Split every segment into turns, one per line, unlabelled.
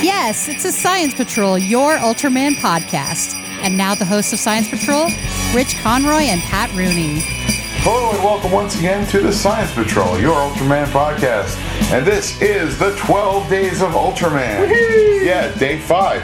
Yes, it's a Science Patrol, your Ultraman podcast. And now the hosts of Science Patrol, Rich Conroy and Pat Rooney.
Hello and welcome once again to the Science Patrol, your Ultraman podcast. And this is the 12 Days of Ultraman. Yeah, day five.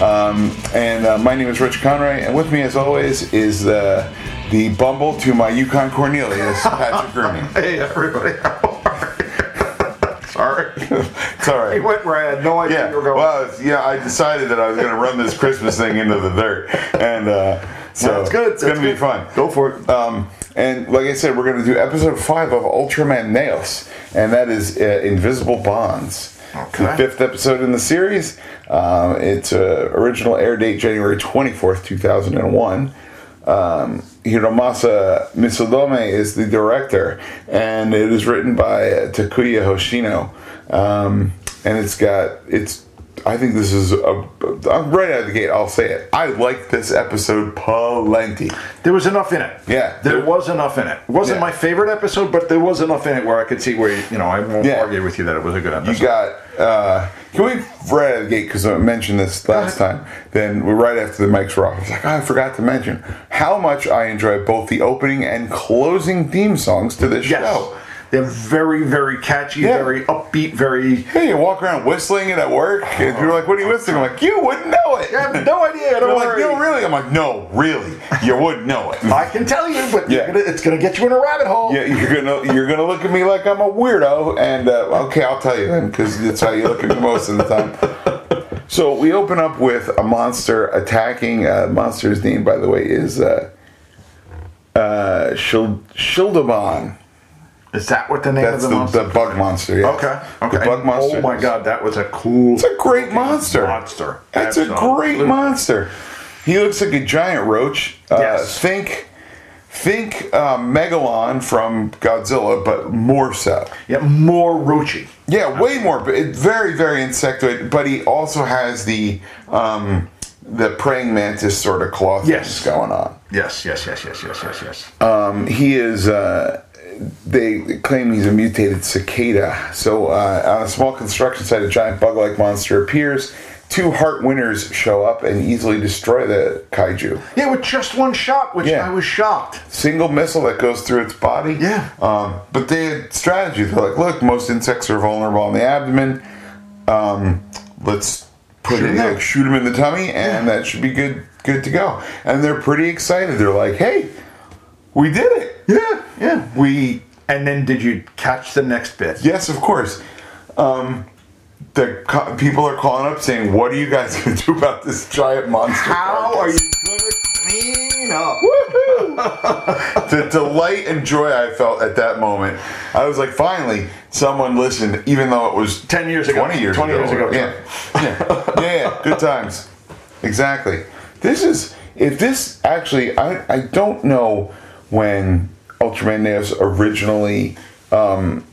Um, and uh, my name is Rich Conroy, and with me, as always, is uh, the bumble to my Yukon Cornelius, Patrick Rooney.
Hey everybody, how are you? Sorry.
It's all right.
You went where I had no idea
Yeah.
you were going.
Well, it's- yeah, I decided that I was going to run this Christmas thing into the dirt, and uh, so
That's good.
It's
That's
going to be
good.
fun.
Go for it.
Um, and like I said, we're going to do episode five of Ultraman Nails, and that is uh, Invisible Bonds.
Okay.
The fifth episode in the series. Um, it's uh, original air date January 24th, 2001. Um, Hiromasa Misudome is the director, and it is written by uh, Takuya Hoshino. Um, and it's got, it's, I think this is, a, I'm right out of the gate, I'll say it. I like this episode plenty.
there was enough in it.
Yeah.
there was enough in it. It wasn't
Yeah.
my favorite episode, but there was enough in it where I could see where you, you know I won't
Yeah.
argue with you that it was a good
You
episode.
got. Uh, can we right out of the gate because I mentioned this last time? Then we're right after the mics were off. I was like, oh, I forgot to mention how much I enjoy both the opening and closing theme songs to this
yes,
show.
they're very very catchy,
Yeah.
very upbeat, very.
Hey, you walk around whistling it at work, and people are like, "What are you whistling?" I'm like, "You wouldn't know it."
I have no idea.
They're
Don't
like,
worry.
"No, really?" I'm like, "No, really. You wouldn't know it."
I can tell you, but you're
Yeah.
gonna, it's going to get you in a rabbit hole.
Yeah, you're gonna you're gonna look at me like I'm a weirdo, and uh, okay, I'll tell you then because that's how you look at me most of the time. So we open up with a monster attacking. Uh, monster's name, by the way, is uh, uh, Shil- Shildamon.
Is that what the name
That's
of the,
the,
monster?
the bug monster. Yeah.
okay. Okay.
The bug monster.
Oh my god, that was a cool.
It's a great monster.
Monster.
It's a
Absolutely.
great monster. He looks like a giant roach. Uh,
Yes.
Think, think uh, Megalon from Godzilla, but more so.
Yeah, more roachy.
Yeah, way more. But it, very, very insectoid. But he also has the um, the praying mantis sort of claw things
Yes.
going on.
Yes, yes, yes, yes, yes, yes, yes.
Um, he is. Uh, they claim he's a mutated cicada. So uh, on a small construction site, a giant bug-like monster appears. Two heart winners show up and easily destroy the kaiju.
Yeah, with just one shot, which
Yeah.
I was shocked.
Single missile that goes through its body.
Yeah.
Um, but they had strategy. They're like, look, most insects are vulnerable in the abdomen. Um, let's put
Shoot
it
'em there.
like shoot them in the tummy, and that should be good. Good to go. And they're pretty excited. They're like, hey, we did it.
Yeah, yeah.
We
And then did you catch the next bit?
Yes, of course. Um, the co- people are calling up saying, "What are you guys going to do about this giant monster?"
How are you
carcass?"
gonna clean up?
The delight and joy I felt at that moment. I was like, "Finally, someone listened," even though it was
10 years ago.
twenty years
20
ago.
years ago,
yeah. yeah, yeah, yeah. Good times. Exactly. This is if this actually. I I don't know when Ultraman Nails originally. Um,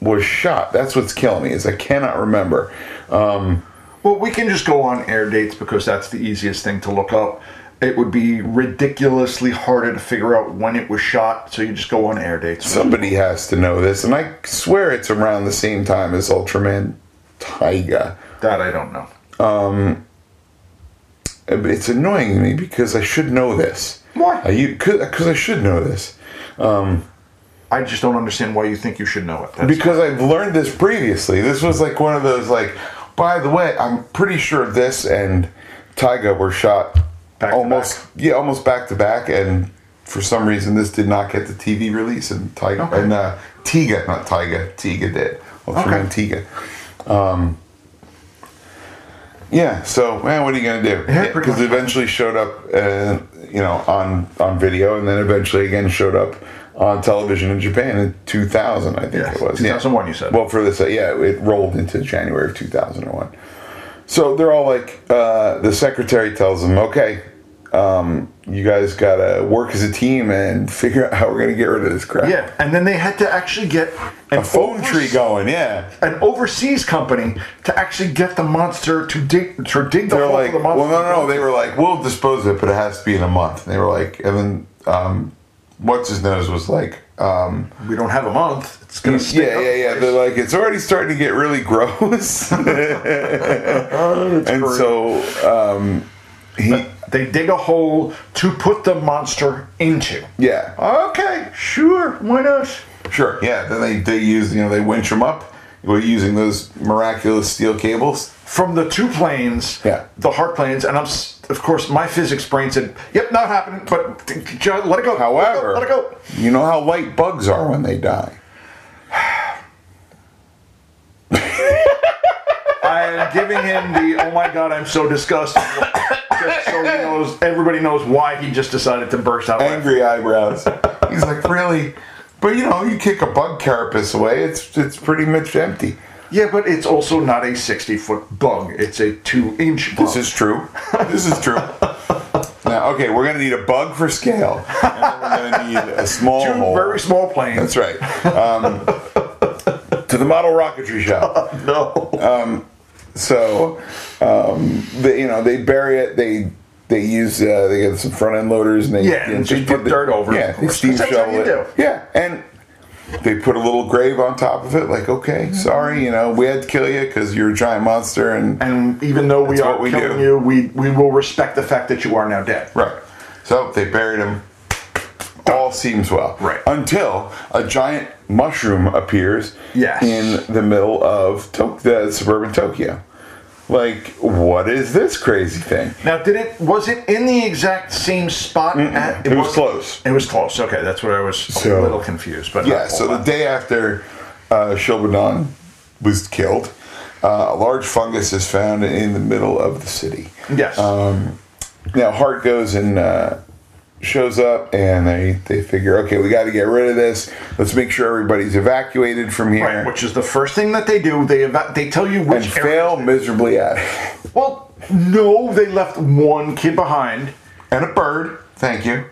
was shot. That's what's killing me is I cannot remember. Um,
Well, we can just go on air dates because that's the easiest thing to look up. It would be ridiculously harder to figure out when it was shot, so you just go on air dates.
somebody has to know this, and I swear it's around the same time as Ultraman Taiga.
that I don't know.
It's annoying me because I should know this.
Why?
Because I should know this.
I just don't understand why you think you should know it. That's,
Because I've learned this previously. This was like one of those like. By the way, I'm pretty sure this and Taiga were shot
Back to
almost yeah almost back to back, and for some reason this did not get the TV release, and Taiga
Okay.
and uh, Tiga not Taiga Tiga did Ultraman Tiga. Um, Yeah. So, man, what are you gonna do?
Yeah, pretty
Because
much.
eventually showed up, uh, you know, on on video, and then eventually again showed up on television in Japan in 2000, I think
Yes,
it was. Yeah.
2001 you said.
Well, for this, uh, yeah, it rolled into January of 2001. So they're all like, uh, the secretary tells them, okay. Um, you guys gotta work as a team and figure out how we're gonna get rid of this crap.
yeah, and then they had to actually get an
a phone
overs-
tree going. Yeah,
an overseas company to actually get the monster to dig to dig the
They're
hole
like,
for the monster.
well, no, no, no. They were like, we'll dispose of it, but it has to be in a month. And they were like, and then um, what's his nose was like, Um,
We don't have a month. It's gonna stay
Mm, yeah,
up.
yeah, yeah. They're like, it's already starting to get really gross. and
Oh, great.
so um, he,
They dig a hole to put the monster into.
yeah.
Okay, sure. Why not?
Sure. Yeah. Then they, they use you know they winch them up. We're using those miraculous steel cables.
From the two planes,
Yeah.
the heart planes, and I'm s- of course my physics brain said, "Yep, not happening." But t- t- let it go. let it go,
However,
let it go.
you know how light bugs are when they die.
I am giving him the "Oh my god, I'm so disgusted." just so he knows, everybody knows why he just decided to burst out. laughing.
Angry eyebrows. He's like, really? But you know, you kick a bug carapace away, it's it's pretty much empty.
Yeah, but it's also not a 60 foot bug. It's a two inch bug.
This is true. This is true. Now, okay, we're gonna need a bug for scale. And then we're gonna need a small
two
hole.
very small planes.
That's right. Um, to the model rocketry shop.
No.
So, um, they, you know, they bury it. They they use uh, they get some front end loaders and they
Yeah, and
they
just
do
put dirt over it,
Yeah,
of
they
course,
steam
'cause that's how
shovel
you
it.
do.
Yeah, and they put a little grave on top of it. Like, okay,
Mm-hmm.
sorry, you know, we had to kill you because you're a giant monster, and,
and even though we
That's
are
what we
killing
do.
you, we, we will respect the fact that you are now dead.
right. So they buried him. All seems well,
Right.
Until a giant mushroom appears
Yes.
in the middle of to- the suburban Tokyo. Like, what is this crazy thing?
Now, did it? Was it in the exact same spot? At,
It was
wasn't-
close.
It was close. Okay, that's what I was a
So-
little confused. But
Yeah, so the day after uh, Shobodan was killed, uh, a large fungus is found in the middle of the city. Uh,
yes,
Now Hart goes and uh, shows up, and they, they figure, okay, we got to get rid of this. Let's make sure everybody's evacuated from here.
right, which is the first thing that they do. They eva- they tell you
and
which area-
fail miserably at it.
Well, no, they left one kid behind.
And a bird. Thank you.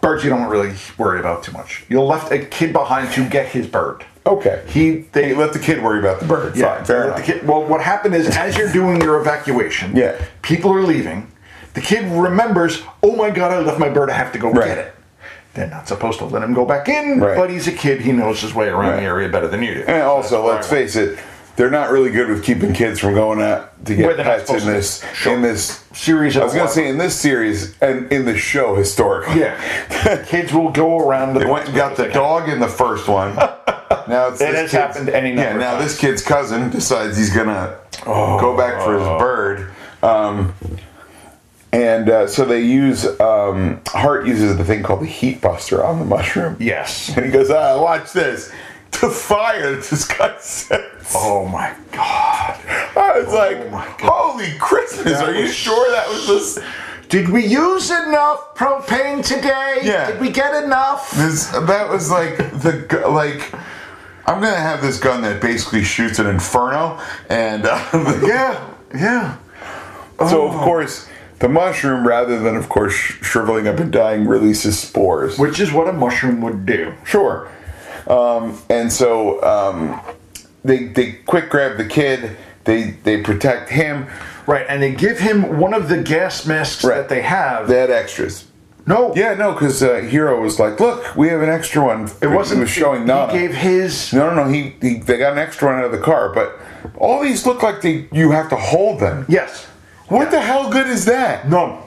Birds you don't really worry about too much. You left a kid behind to get his bird.
Okay.
He they
Oh. Hey, let the kid worry about the bird.
Yeah,
Fine, fair
let the
enough.
kid- well, what happened is as you're doing your evacuation,
Yeah.
people are leaving. The kid remembers, oh my god, I left my bird. I have to go
Right.
get it. They're not supposed to let him go back in,
Right.
but he's a kid. He knows his way around
Right.
the area better than you do.
And also, let's face it, they're not really good with keeping kids from going out to
Where
get
they're not
pets in
supposed to.
this
Sure.
in this
Series
I
of
was going to
what?
say in this series and in the show historically.
yeah, kids will go around.
They went and got the dog in the first one. Now it's this
It has
kid's-
happened any number
Yeah,
of
now
times. Oh.
this kid's cousin decides he's gonna go back for his bird, um, and uh, so they use um, Hart uses the thing called the heat buster on the mushroom.
Yes.
and he goes, "Ah, watch this." The fire that this guy sets.
Oh my god.
I was like,
Oh my God.
"Holy Christmas!
That
Are you
was-
sure that was this?"
Did we use enough propane today?
Yeah.
Did we get enough?
This that was like the gu- like I'm gonna have this gun that basically shoots an inferno, and uh,
Yeah. Oh. Yeah.
so of course the mushroom, rather than of course sh- shriveling up and dying, releases spores.
Which is what a mushroom would do.
Sure, um, and so um, they they quick grab the kid. They they protect him.
Right, and they give him one of the gas masks that they have.
They had extras.
no,
Yeah, no, because uh, Hero was like, "Look, we have an extra one."
it wasn't.
He was showing
he,
Nana.
He gave his.
No, no, no. He, he they got an extra one out of the car, but all these look like they you have to hold them.
Yes,
What the hell good is that?
none,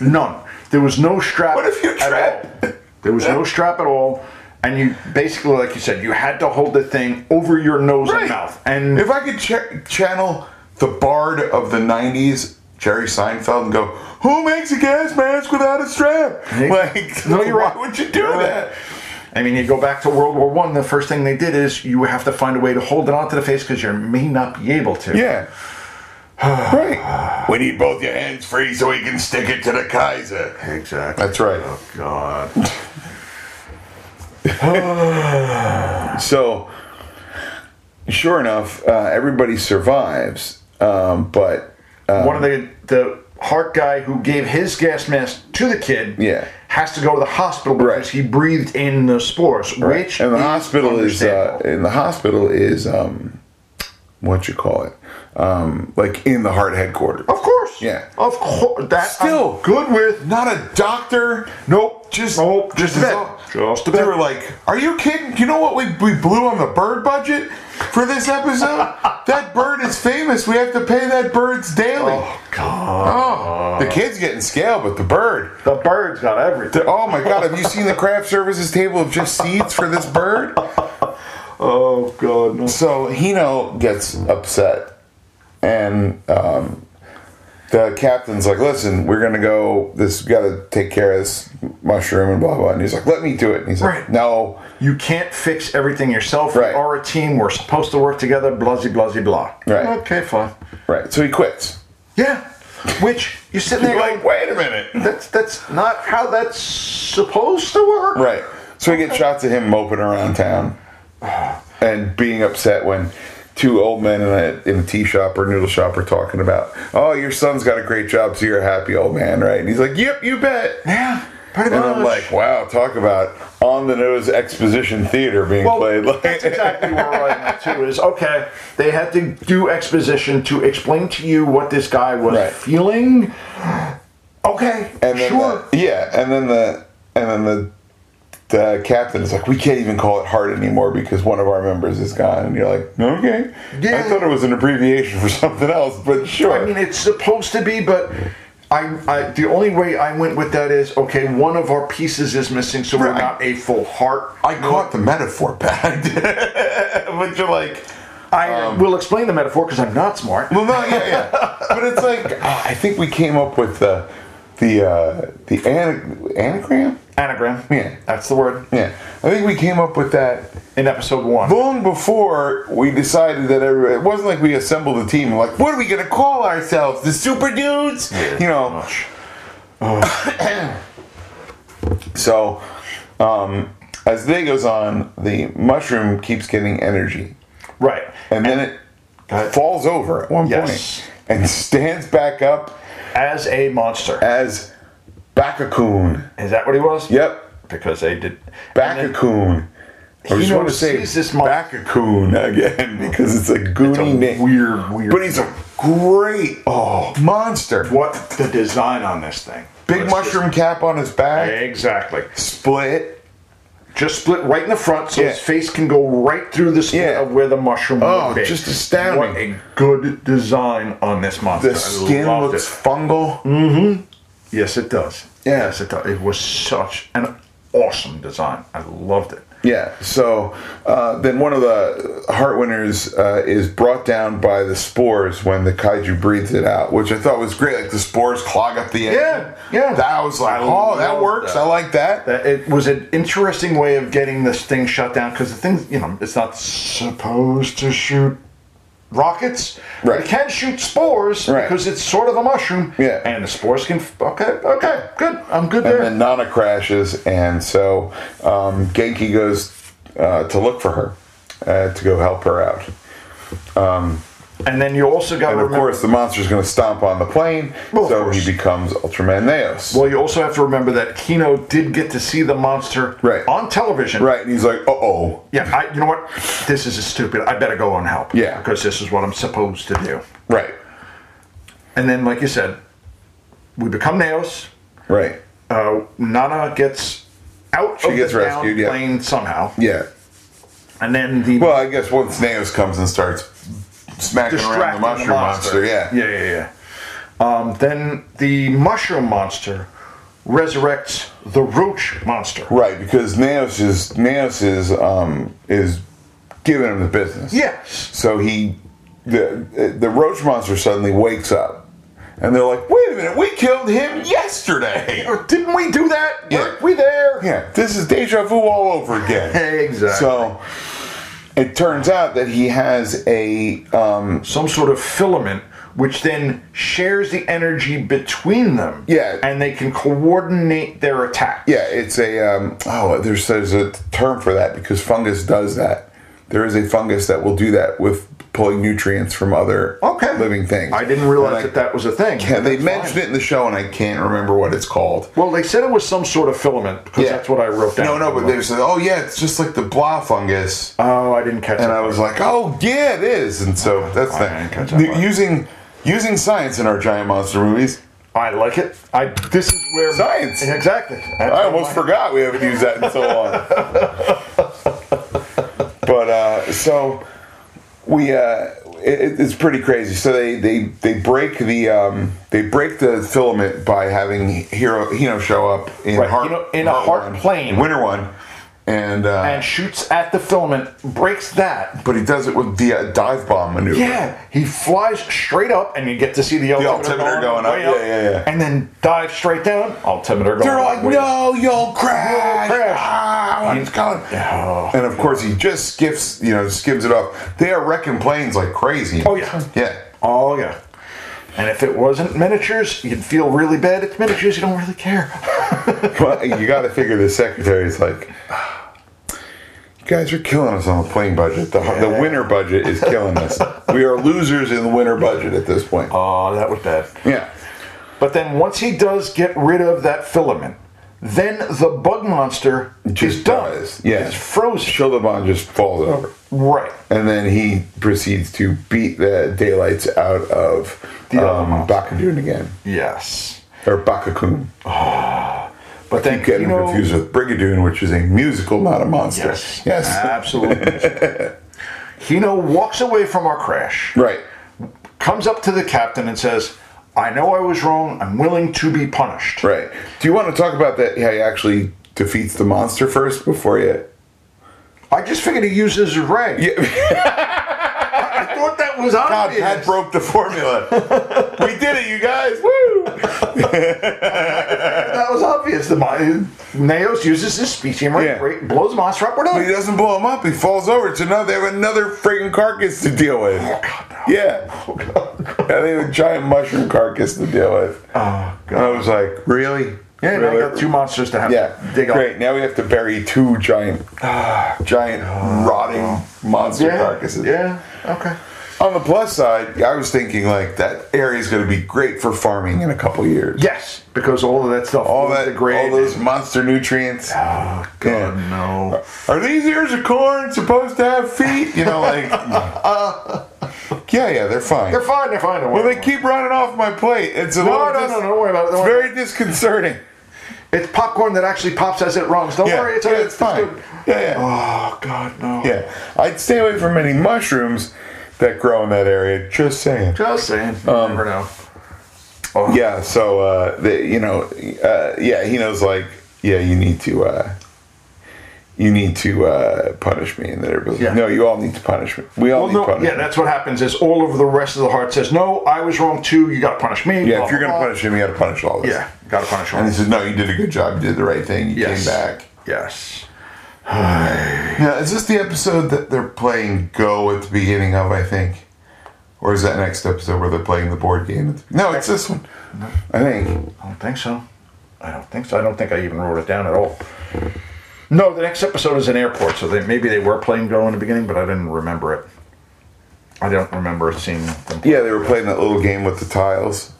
none. There was no strap.
What if you
at
trip?
all. There was no strap at all, and you basically, like you said, you had to hold the thing over your nose and mouth. And
if I could ch- channel the bard of the '90s, Jerry Seinfeld, and go, "Who makes a gas mask without a strap?" Like,
No, you're
why
right.
would you do
You're right.
that?
I mean, you go back to World War One. The first thing they did is you have to find a way to hold it onto the face because you may not be able to.
Yeah. right. We need both your hands free so we can stick it to the Kaiser.
exactly.
That's right.
Oh God.
So, sure enough, uh, everybody survives, um, but
one of the the heart guy who gave his gas mask to the kid
Yeah.
has to go to the hospital because
Right.
he breathed in the spores,
Right.
which
and the
is
hospital is uh,
understandable.
and the hospital is um, what you call it, um, like in the heart headquarters.
Of course.
Yeah.
Of course. That
Still
I'm good with.
Not a doctor. Nope. Just
Nope, just a vet. Just a
They
vet.
were like, "Are you kidding? You know what we we blew on the bird budget for this episode? that bird is famous. We have to pay that bird's daily.
Oh God. Uh-huh.
Oh, the kid's getting scaled, but the bird.
The bird's got everything.
Oh my God! Have you seen the craft services table of just seeds for this bird?
Oh God. No.
So Hino gets upset, and um, the captain's like, "Listen, we're gonna go. This got to take care of this mushroom and blah blah." And he's like, "Let me do it." And he's like,
Right.
"No,
You can't fix everything yourself. We
Right.
are a team. We're supposed to work together. Blahzy blahzy blah.
Right.
Okay, fine.
right." So he quits.
Yeah. Which you're sitting there
You're
going,
like, "Wait a minute!"
that's that's not how that's supposed to work.
Right. So we get shots of him moping around town and being upset when two old men in a in a tea shop or noodle shop are talking about, "Oh, your son's got a great job, so you're a happy old man, right?" And he's like, "Yep, you bet."
Yeah. Pretty
And
much.
I'm like, wow, talk about on the nose exposition theater being played. Like,
That's exactly where we're at too. Is okay. They had to do exposition to explain to you what this guy was
Right.
feeling. Okay,
and then
sure.
the- yeah, and then the and then the the captain is like, we can't even call it heart anymore because one of our members is gone. And you're like, okay, I
Yeah.
thought it was an abbreviation for something else, but sure.
I mean, it's supposed to be, but I, I the only way I went with that is okay. One of our pieces is missing, so we're
Right.
not a full heart.
I caught the metaphor bad, but you're like,
I will explain the metaphor because I'm not smart.
um, well, no, yeah, yeah, but it's like ah, I think we came up with the the uh, the ana- anagram.
Anagram.
Yeah.
that's the word
Yeah, I think we came up with that
in episode one.
long before we decided that everybody, it wasn't like we assembled a team and like what are we gonna call ourselves the super dudes you know so um, as the day goes on the mushroom keeps getting energy
Right.
and then it
Got it.
falls over at one
Yes.
point and stands back up
As a monster.
as Bakakun
Is that what he was?
yep
Because they did. and then-
Bakakun I just
Hino
want to say
sees this mon-
Bakakun again because it's a goony name.
weird, weird.
But he's a great oh monster.
What the design on this thing?
Big
Let's
mushroom cap on his
just-
back.
exactly.
Split.
Just split right in the front, so his
Yeah.
face can go right through the split
Yeah.
of where the mushroom.
Oh,
would be.
just astounding.
What a good design on this monster.
The skin
I loved
looks
it.
fungal.
Yes, it does.
Yeah.
Yes, it does. It was such an awesome design. I loved it.
Yeah. So uh, then one of the heart winners uh, is brought down by the spores when the kaiju breathes it out, which I thought was great. Like the spores clog up the end.
yeah.
That was like,
I
oh, that
love
works.
that.
I like that.
That it was an interesting way of getting this thing shut down because the thing, you know, it's not supposed to shoot rockets.
Right.
It can shoot spores
Right.
because it's sort of a mushroom.
Yeah.
And the spores can. f- Okay, okay, good. I'm good there.
And then Nana crashes, and so um, Genki goes uh, to look for her uh, to go help her out.
and then you also got to
And of
remember.
course, the monster's going to stomp on the plane,
Well, of
so
course.
he becomes Ultraman Neos.
well, you also have to remember that Kino did get to see the monster
Right.
on television.
right, and he's like, uh oh.
Yeah, I, you know what? This is stupid. I better go and help.
Yeah.
Because this is what I'm supposed to do.
Right,
And then, like you said, we become Naos.
right.
uh, Nana gets out
She
of
gets
the
rescued, yeah.
down plane somehow,
Yeah.
and then the
Well, I guess once Neos comes and starts smacking around the
distracting
mushroom monster, yeah.
yeah, yeah, yeah. Um, then the mushroom monster resurrects the roach monster.
Right, because Neos is Neos is um, is giving him the business.
Yes,
So he, the the roach monster suddenly wakes up, and they're like, "Wait a minute, we killed him yesterday."
Or Oh, didn't we do that?
Yeah.
Weren't we there?
Yeah, this is deja vu all over again.
Exactly.
So it turns out that he has a um,
Some sort of filament. Which then shares the energy between them.
Yeah.
And they can coordinate their attack.
yeah, it's a um, oh, there's there's a term for that because fungus does that. there is a fungus that will do that with pulling nutrients from other
Okay.
living things.
I didn't realize
And I-
that that was a thing.
Yeah, they
That's
mentioned
fine.
it in the show, and I can't remember what it's called.
Well, they said it was some sort of filament because
Yeah.
that's what I wrote down.
No, no, but they said, "Oh yeah, it's just like the blah fungus."
Oh, I didn't catch
and
that.
I was like, "Oh yeah, it is." And so that's
I didn't catch
that.
that
The-
part.
Using using science in our giant monster movies.
I like it. I this is where
Science.
exactly. That's
I
where
almost
my-
forgot we haven't used that in so long. but uh, so we uh, it, it's pretty crazy. So they they they break the um, they break the filament by having hero Hino show up in
Right,
heart
Hino in a heart
one,
plane.
in winter one, and. Uh,
And shoots at the filament, breaks that.
but he does it with the uh, dive bomb maneuver.
Yeah, he flies straight up, and you get to see the altimeter,
altimeter going up,
way
yeah, yeah, yeah.
and then dives straight down. Altimeter going.
They're like,
way up.
no, you'll crash.
You'll crash."
Ah, it's gone.
Oh,
And of course, he just skips, you know, skims it off. They are wrecking planes like crazy.
Oh, yeah.
Yeah.
Oh yeah. And if it wasn't miniatures, you'd feel really bad. It's miniatures; you don't really care.
Well, you got to figure the secretary's like, you guys are killing us on the plane budget. The, the winter budget is killing us. we are losers in the winter budget at this point.
Oh, that was bad.
Yeah.
But then once he does get rid of that filament, then the bug monster
Just
is done.
dies, yeah.
It's frozen.
Childabon just falls over.
Right.
And then he proceeds to beat the daylights out of
The other
um,
monster.
Bakadun again.
Yes.
Or Bakakun.
But then
Keep getting
you know,
confused with Brigadoon, which is a musical, not a monster.
Yes. Ah.
Yes.
Absolutely. Hino walks away from our crash.
Right.
Comes up to the captain and says, "I know I was wrong. I'm willing to be punished."
Right. Do you want to talk about that? How he actually defeats the monster first before you.
I just figured he uses his ray. I thought that was
God,
obvious.
Pat broke the formula. we did it, you guys. Woo!
that was obvious. The mon- Naos uses his specium ray,
Yeah.
ray, blows the monster up. We're
But he
done.
doesn't blow him up. He falls over. It's another. They have another friggin' carcass to deal with. Yeah. Yeah, they have a giant mushroom carcass to deal with.
Oh,
And I was like, really?
Yeah, now
really?
I got two monsters to have
Yeah,
to dig up.
great. Now we have to bury two giant, giant rotting monster
Yeah,
carcasses.
Yeah. Okay.
On the plus side, I was thinking like that area is going to be great for farming in a couple years.
Yes, because all of that stuff.
All
was
that, all
degraded.
those monster nutrients.
Oh God,
Yeah.
no.
Are these ears of corn supposed to have feet? You know, like, yeah, yeah, they're fine.
They're fine. They're fine. Don't
Well,
worry
they
about
keep running off my plate. It's a
No,
little
no,
dis-
no, don't worry about it, don't
It's
worry
very disconcerting.
it. It's popcorn that actually pops as it runs. Don't
Yeah,
worry. It's,
yeah,
okay,
it's fine.
good.
Yeah, yeah.
Oh God, no.
Yeah, I'd stay away from any mushrooms that grow in that area. Just saying.
Just saying. You never know.
Yeah, so uh, the, you know, uh, yeah, he knows like, yeah, you need to, uh, you need to uh, punish me, and then everybody's like,
Yeah.
no, you all need to punish me. We all
Well,
need
no, yeah,
punishment.
that's what happens. Is all of the rest of the heart says, "No, I was wrong too. You got to punish me."
yeah,
blah,
if you're
blah,
gonna
blah."
punish him, you got to punish all of us.
yeah, got to punish all.
and he says, no, you did a good job. You did the right thing. You
Yes.
came back.
Yes.
Now, is this the episode that they're playing Go at the beginning of? I think, or is that next episode where they're playing the board game? At the- no, it's this one. I think.
I don't think so. I don't think so. I don't think I even wrote it down at all. No, the next episode is an airport, so they, maybe they were playing Go in the beginning, but I didn't remember it. I don't remember seeing them.
Yeah, they were playing that little game with the tiles.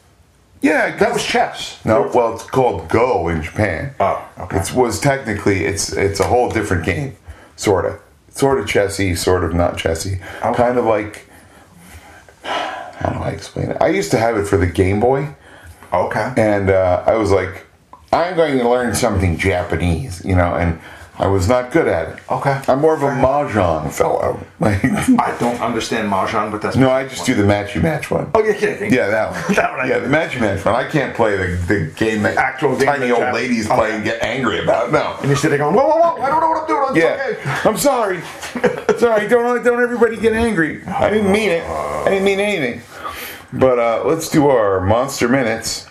Yeah,
That was chess.
no. Well, it's called Go in Japan.
Oh, okay.
It was technically it's it's a whole different game, sort of, sort of chessy, sort of not chessy,
Okay.
kind of like. How do I explain it? I used to have it for the Game Boy,
Okay.
and uh, I was like, I'm going to learn something Japanese, you know, and I was not good at it.
Okay.
I'm more of a mahjong fellow. Like,
I don't understand Mahjong, but that's
no, I just do the matchy match one.
Oh yeah, yeah, yeah.
Yeah, that one.
That one I
yeah,
did.
the Magic Match one. I can't play the, the game that
Actual game
tiny
that
old
Jap-
ladies
Oh.
play and get angry about. No.
And you're sitting going, whoa, whoa, whoa! I don't know what I'm doing. It's
Yeah,
okay.
I'm sorry. sorry, don't don't everybody get angry. I didn't mean it. I didn't mean anything. But uh, let's do our monster minutes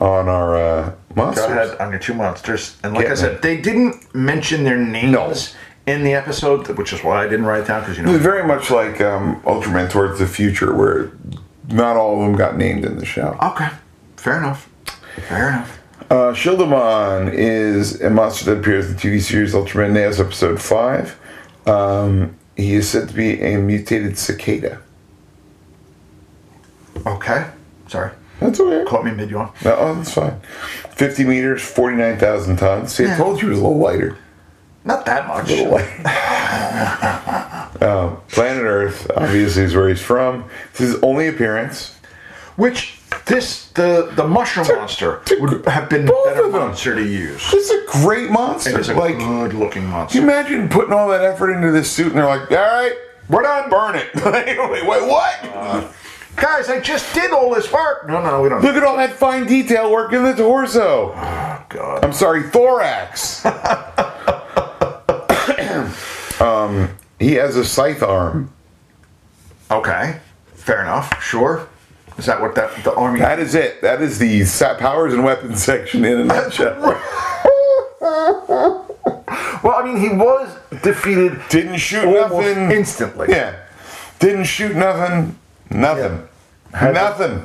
on our uh,
Go
monsters.
ahead on your two monsters. And like
Yeah.
I said, they didn't mention their names in the episode, which is why I didn't write it down because you know.
It's very much like um, Ultraman Towards the Future, where not all of them got named in the show.
Okay, fair enough. Fair enough.
Uh, Shildamon is a monster that appears in the TV series Ultraman Naos episode 5. Um, he is said to be a mutated cicada.
Okay. Sorry.
That's weird.
Caught me mid yawn.
No, oh, that's fine. 50 meters, 49,000 tons. See, I told you it was a little lighter.
Not that much.
A little lighter. um, planet Earth, obviously, is where he's from. This is his only appearance.
Which this the the mushroom monster
tick-
would have been
both
better
of them.
monster to use.
This is a great monster.
It is a
like, can
good looking
you
monster.
imagine putting all that effort into this suit and they're like, all right, we're done, burn it. Like, Wait, what?
Guys, I just did all this work. No, no, we don't.
Look at all that fine detail work in the torso.
Oh, God.
I'm sorry, thorax. um, Um, he has a scythe arm.
Okay, fair enough. Sure. Is that what that the army?
That is it. That is the sa- powers and weapons section in a nutshell.
well, I mean, he was defeated
Didn't shoot
almost
nothing.
instantly.
Yeah. Didn't shoot nothing. Nothing. Nothing.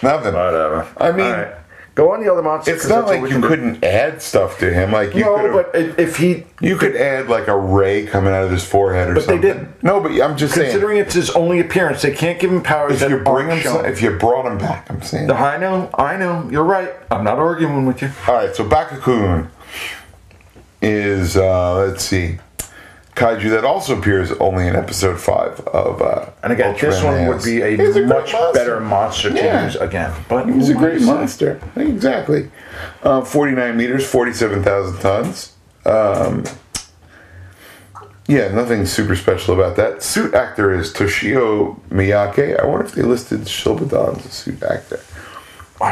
Nothing.
Whatever.
I mean,
All right. go on the other monster.
it's
'cause
not
that's all
like
we
you
can do.
couldn't add stuff to him. Like you
No,
could've-
but i- if he,
you could add like a ray coming out of his forehead or
But they
something.
didn't.
No, but I'm just saying.
considering it's his only appearance, they can't give him powers.
If
that
you bring
aren't
him,
shown.
some, if you brought him back, I'm saying.
I know, I know. You're right. I'm not arguing with you.
All right, so Bakakun is uh, let's see, kaiju that also appears only in episode five of. Uh,
And again, this
Ultraman
one would
Hands.
be a,
He's great
much
monster.
better monster to
Yeah.
use again. But
He's a
who
great
am I to say?
monster. Exactly. Uh, 49 meters, 47,000 tons. Um, yeah, nothing super special about that. Suit actor is Toshio Miyake. I wonder if they listed Shilbadan as a suit actor.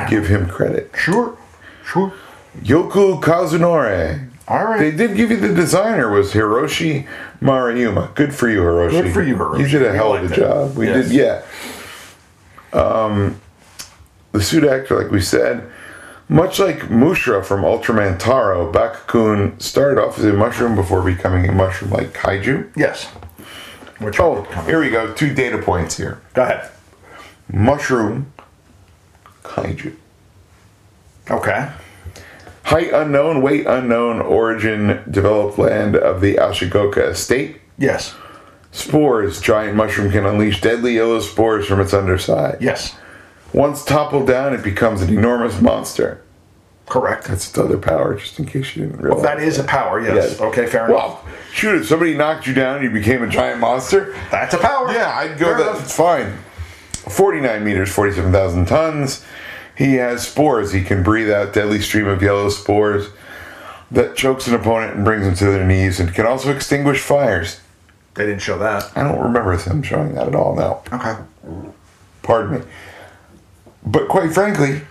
Give him credit.
Sure, sure.
Yoku Kazunore.
All right.
They did give you the designer was Hiroshi Maruyama. Good for you, Hiroshi.
Good for you, Hiroshi.
You did a
We
hell
like
of a
that.
job. We
Yes.
did, yeah. Um, the suit actor, like we said, much like Mushra from Ultraman Taro, Bakakun started off as a mushroom before becoming a mushroom-like kaiju.
Yes. Which
Oh,
oh,
here we go. Two data points here.
go ahead.
Mushroom, kaiju.
Okay.
Height unknown, weight unknown, origin developed land of the Ashigoka estate.
Yes.
Spores, giant mushroom can unleash deadly yellow spores from its underside.
Yes.
Once toppled down, it becomes an enormous monster.
Correct.
That's its other power, just in case you didn't realize.
that is a power. Yes.
Yes.
Okay. Fair enough.
Well, shoot, if somebody knocked you down and you became a giant monster,
That's a power.
yeah, I'd go
Fair
that.
enough.
It's fine. 49 meters, 47,000 tons. He has spores. He can breathe out deadly stream of yellow spores that chokes an opponent and brings them to their knees and can also extinguish fires.
They didn't show that.
I don't remember them showing that at all now.
Okay.
Pardon me. But quite frankly,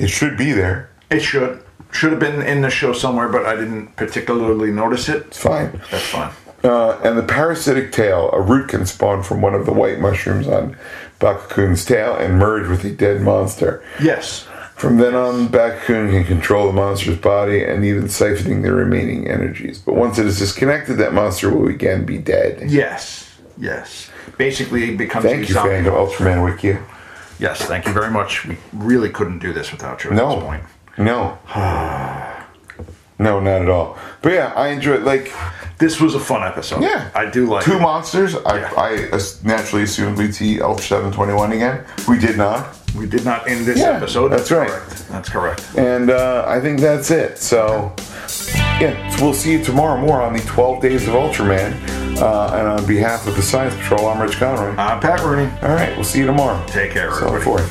it should be there.
It should should have been in the show somewhere, but I didn't particularly notice it.
It's fine.
That's fine.
Uh, and the parasitic tail, a root can spawn from one of the white mushrooms on Bakakun's tail and merge with a dead monster.
Yes.
From then on, Bakun can control the monster's body and even siphoning the remaining energies. But once it is disconnected, that monster will again be dead.
Yes. Yes. Basically, it becomes
Thank
a
you,
zombie.
fan of Ultraman Wiki.
Yes, thank you very much. We really couldn't do this without you at this
No,
point.
no, no, not at all. But yeah, I enjoy it. Like,
This was a fun episode.
yeah,
I do like
two
it.
monsters. I,
Yeah.
I as- naturally assumed we'd see Ultra Seven Twenty One again. We did not,
We did not end this
Yeah,
episode.
that's right.
Correct. That's correct.
and uh, I think that's it. So. Yeah, we'll see you tomorrow more on the 12 Days of Ultraman. Uh, and on behalf of the Science Patrol, I'm Rich Conroy.
I'm Pat Rooney.
All right, we'll see you tomorrow.
Uh, Take care,
So
everybody.
forth.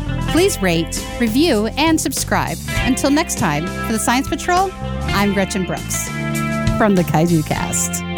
Please rate, review, and subscribe. Until next time, for the Science Patrol, I'm Gretchen Brooks from the Kaiju Cast.